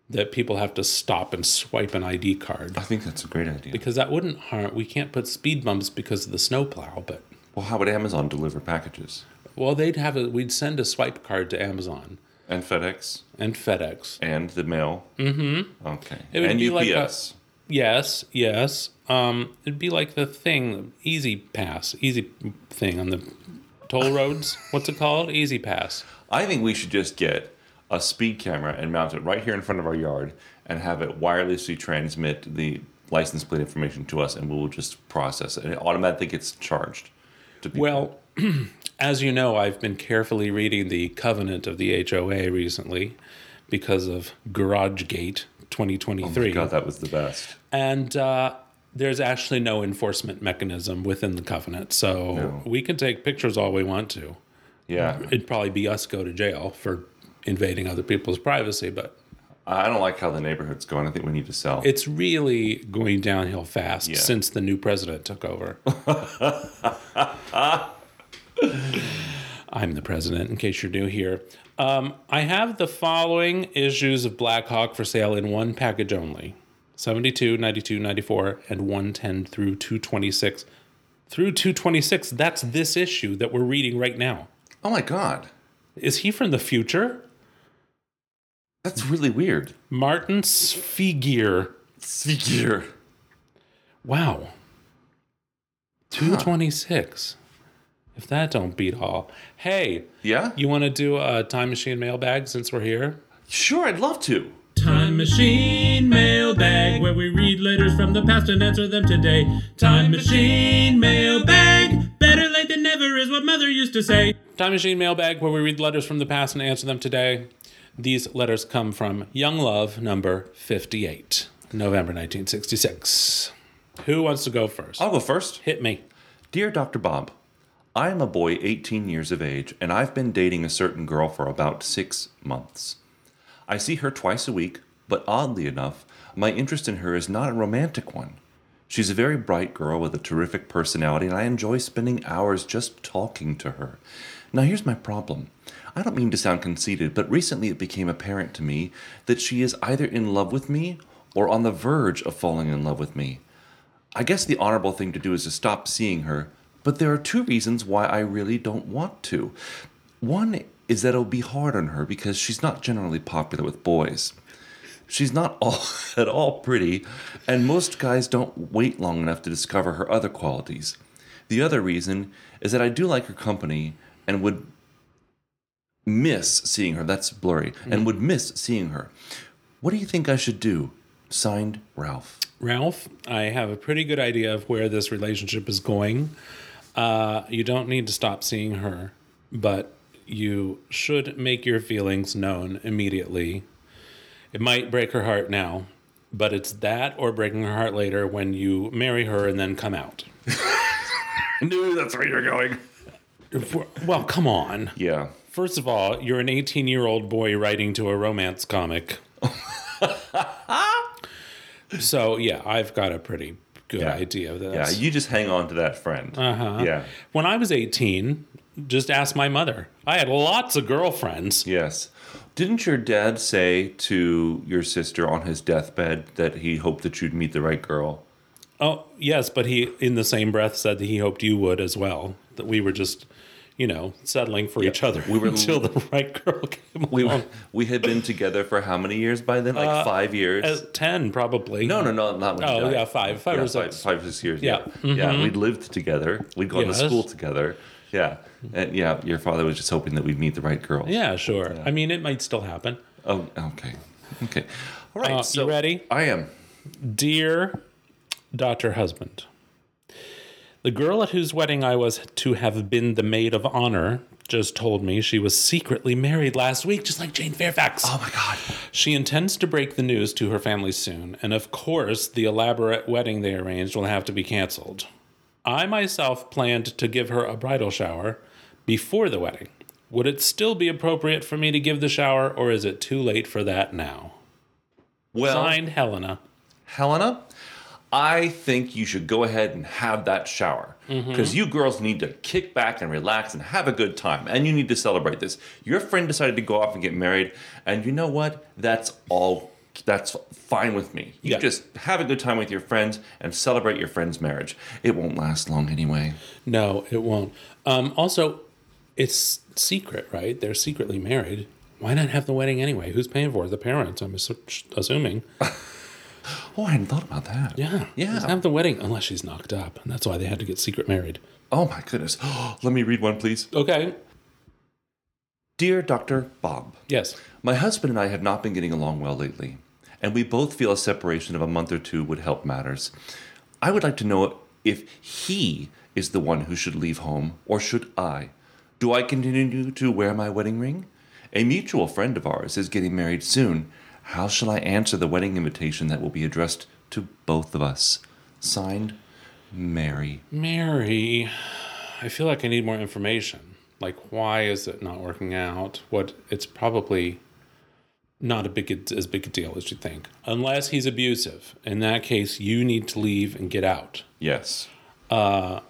S2: that people have to stop and swipe an ID card
S5: I think that's a great idea.
S2: because that wouldn't harm. We can't put speed bumps because of the snowplow, but
S5: Well, how would Amazon deliver packages?
S2: well, they'd have a. We'd send a swipe card to Amazon
S5: And FedEx
S2: and FedEx.
S5: and the mail. Mm-hmm. Okay.
S2: It would
S5: and
S2: be like a-
S5: UPS.
S2: Yes, yes. Um, it'd be like the thing, easy pass, easy thing on the toll roads. What's it called? Easy pass.
S5: I think we should just get a speed camera and mount it right here in front of our yard and have it wirelessly transmit the license plate information to us, and we will just process it, and it automatically gets charged. To people.
S2: Well, <clears throat> as you know, I've been carefully reading the covenant of the HOA recently because of GarageGate 2023.
S5: God, that was the best.
S2: and uh, there's actually no enforcement mechanism within the covenant. So
S5: No.
S2: we can take pictures all we want to.
S5: Yeah,
S2: It'd probably be us go to jail for invading other people's privacy, but
S5: I don't like how the neighborhood's going. I think we need to sell.
S2: it's really going downhill fast
S5: Yeah.
S2: since the new president took over. I'm the president, in case you're new here. Um, I have the following issues of Black Hawk for sale in one package only 72, 92, 94, and 110 through 226. Through 226, that's this issue that we're reading right now.
S5: oh my god,
S2: Is he from the future?
S5: that's really weird.
S2: Martin Sfigir.
S5: Figure.
S2: Wow. 226. If that don't beat all. Hey,
S5: Yeah.
S2: you want to do a time machine mailbag since we're here?
S5: sure, I'd love to.
S2: Time machine mailbag where we read letters from the past and answer them today. Time machine mailbag. Better late than never is what mother used to say. Time machine mailbag where we read letters from the past and answer them today. These letters come from Young Love number 58, November 1966. Who wants to go first?
S5: I'll go first.
S2: Hit me.
S5: Dear Dr. Bob, I am a boy 18 years of age, and I've been dating a certain girl for about six months. I see her twice a week, but oddly enough, my interest in her is not a romantic one. She's a very bright girl with a terrific personality, and I enjoy spending hours just talking to her. Now, here's my problem. I don't mean to sound conceited, but recently it became apparent to me that she is either in love with me or on the verge of falling in love with me. I guess the honorable thing to do is to stop seeing her, but there are two reasons why I really don't want to. One is that it'll be hard on her because she's not generally popular with boys. She's not <laughs> all at all pretty, and most guys don't wait long enough to discover her other qualities. The other reason is that I do like her company and would miss seeing her. That's blurry. And would miss seeing her. What do you think I should do? Signed, Ralph.
S2: Ralph, I have a pretty good idea of where this relationship is going. Uh, you don't need to stop seeing her, but you should make your feelings known immediately. It might break her heart now, But it's that or breaking her heart later when you marry her and then come out.
S5: knew that's where you're going.
S2: If we're- Well, come on.
S5: Yeah.
S2: First of all, you're an 18 year old boy writing to a romance comic. so, yeah, I've got a pretty good
S5: Yeah.
S2: idea of
S5: Yeah,
S2: this.
S5: you just hang on to that friend. Uh-huh. Yeah.
S2: when I was 18, just ask my mother. I had lots of girlfriends.
S5: Yes. Didn't your dad say to your sister on his deathbed that he hoped that you'd meet the right girl?
S2: Oh, yes, but he, in the same breath, said that he hoped you would as well, that we were just. You know, settling for each other
S5: we were-
S2: <laughs> until the right girl <laughs> came along.
S5: We we had been together for how many years by then? Like five years.
S2: At 10, probably.
S5: no, no, no, not when he
S2: Uh, Oh,
S5: died.
S2: yeah, five- five or six.
S5: five, five or six years.
S2: Yeah. Mm-hmm.
S5: Yeah, yeah, we'd lived together. We'd gone
S2: Yes.
S5: to school together. Yeah, and yeah, your father was just hoping that we'd meet the right girl.
S2: Yeah, sure. I mean, it might still happen.
S5: Oh, okay, okay. All right.
S2: Uh, you ready?
S5: I am.
S2: Dear Dr. Husband, the girl at whose wedding I was to have been the maid of honor just told me she was secretly married last week, just like Jane Fairfax.
S5: Oh my God.
S2: She intends to break the news to her family soon, and of course, the elaborate wedding they arranged will have to be canceled. I myself planned to give her a bridal shower before the wedding. Would it still be appropriate for me to give the shower, or is it too late for that now?
S5: Well,
S2: Signed, Helena.
S5: Helena, I think you should go ahead and have that shower
S2: Mm-hmm.
S5: because you girls need to kick back and relax and have a good time, and you need to celebrate this. Your friend decided to go off and get married, and you know what? That's all. That's fine with me. You
S2: Yeah.
S5: just have a good time with your friends and celebrate your friend's marriage. It won't last long anyway.
S2: No, it won't. Um, also, it's secret, right? They're secretly married. Why not have the wedding anyway? Who's paying for it? The parents, I'm assu- <laughs> assuming.
S5: Oh, I hadn't thought about that.
S2: Yeah.
S5: Yeah.
S2: Just have the wedding, unless she's knocked up. And that's why they had to get secret married.
S5: Oh, my goodness. <gasps> Let me read one, please.
S2: Okay.
S5: Dear Dr. Bob.
S2: Yes.
S5: My husband and I have not been getting along well lately, and we both feel a separation of a month or two would help matters. I would like to know if he is the one who should leave home, or should I? Do I continue to wear my wedding ring? A mutual friend of ours is getting married soon. How shall I answer the wedding invitation that will be addressed to both of us? Signed, Mary.
S2: Mary, I feel like I need more information. Like, why is it not working out? What? It's probably not a big as big a deal as you think, unless he's abusive. In that case, you need to leave and get out.
S5: Yes.
S2: Uh,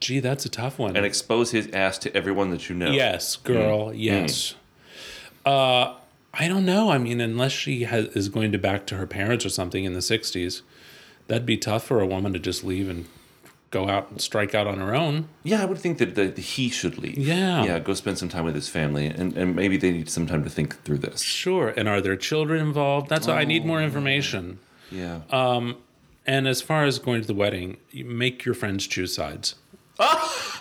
S2: Gee, that's a tough one.
S5: And expose his ass to everyone that you know.
S2: Yes, girl. Yes. Uh, I don't know. I mean, unless she has, is going to back to her parents or something in the '60s, that'd be tough for a woman to just leave and go out and strike out on her own.
S5: Yeah, I would think that the, he should leave.
S2: Yeah.
S5: Yeah, go spend some time with his family, and, and maybe they need some time to think through this.
S2: Sure. And are there children involved? That's why I need more information.
S5: Yeah.
S2: And as far as going to the wedding, you make your friends choose sides.
S5: <laughs>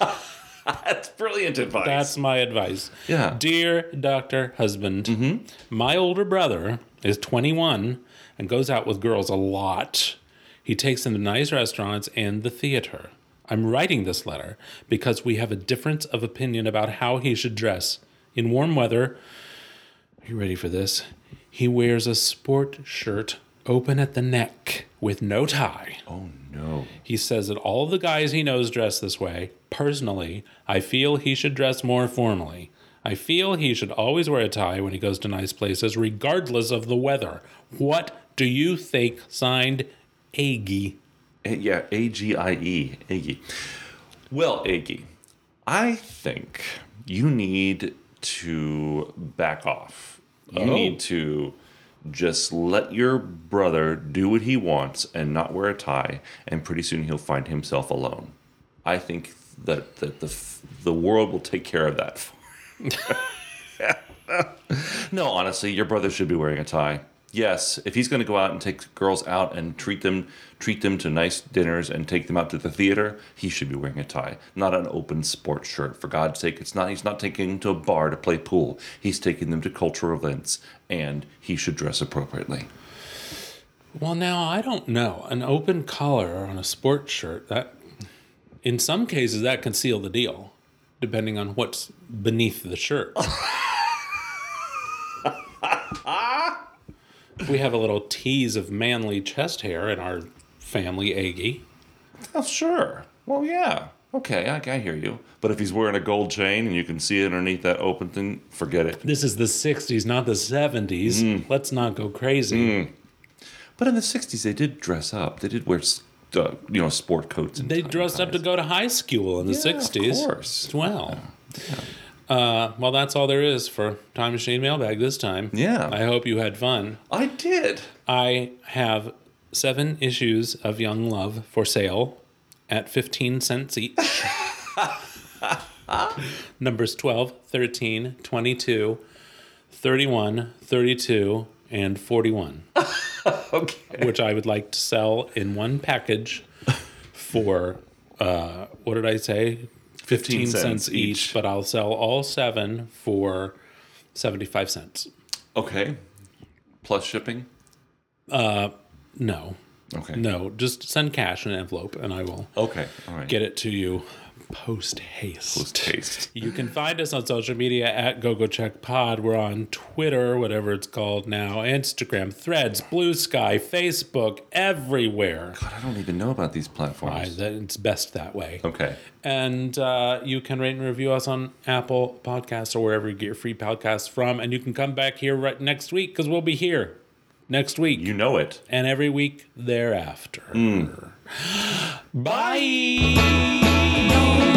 S5: That's brilliant advice.
S2: That's my advice.
S5: Yeah. Mm-hmm.
S2: Dear Dr. Husband, my older brother is 21 and goes out with girls a lot. He takes them to nice restaurants and the theater. I'm writing this letter because we have a difference of opinion about how he should dress. In warm weather, are you ready for this? He wears a sport shirt open at the neck with no tie.
S5: oh, no.
S2: He says that all the guys he knows dress this way. Personally, I feel he should dress more formally. I feel he should always wear a tie when he goes to nice places, regardless of the weather. What do you think? Signed, Aggie.
S5: A- yeah, A G I E, Iggy. Well, Iggy, I think you need to back off. You
S2: Oh.
S5: need to just let your brother do what he wants and not wear a tie, and pretty soon he'll find himself alone. I think that, that the f- the world will take care of that for no, honestly, your brother should be wearing a tie. Yes, if he's going to go out and take girls out and treat them treat them to nice dinners and take them out to the theater, he should be wearing a tie, not an open sports shirt. For God's sake, it's not he's not taking them to a bar to play pool. He's taking them to cultural events and he should dress appropriately.
S2: Well, now I don't know. An open collar on a sport shirt that, in some cases, that can seal the deal, depending on what's beneath the shirt. we have a little tease of manly chest hair in our family, Aggie.
S5: Oh, sure. Well, yeah. Okay, I, I hear you. But if he's wearing a gold chain and you can see it underneath that open thing, forget it.
S2: This is the 60s, not the 70s. Let's not go crazy.
S5: But in the '60s, they did dress up. They did wear, s- uh, you know, sport coats. And
S2: They
S5: tie
S2: dressed up to
S5: ties.
S2: go to high school in the
S5: Yeah, of
S2: 60s.
S5: course.
S2: Well. Uh, well, that's all there is for Time Machine Mailbag this time.
S5: Yeah.
S2: I hope you had fun.
S5: I did.
S2: I have seven issues of Young Love for sale at 15 cents <laughs> each. Numbers 12, 13, 22, 31, 32, and <laughs> 41,
S5: Okay.
S2: which I would like to sell in one package for, uh, what did I say? 15, cents, each, but I'll sell all seven for 75 cents.
S5: Okay. Plus shipping.
S2: No.
S5: Okay.
S2: No, just send cash in an envelope and I will
S5: Okay. All right.
S2: get it to you post haste.
S5: Those tastes.
S2: You can find us on social media at GoGoCheckPod. We're on Twitter, whatever it's called now, Instagram, Threads, Blue Sky, Facebook, everywhere.
S5: God, I don't even know about these
S2: I,
S5: platforms.
S2: that- it's best that way.
S5: Okay.
S2: And uh, you can rate and review us on Apple Podcasts or wherever you get your free podcasts from. And you can come back here right next week because we'll be here next week
S5: You know it.
S2: and every week thereafter. Bye.
S3: No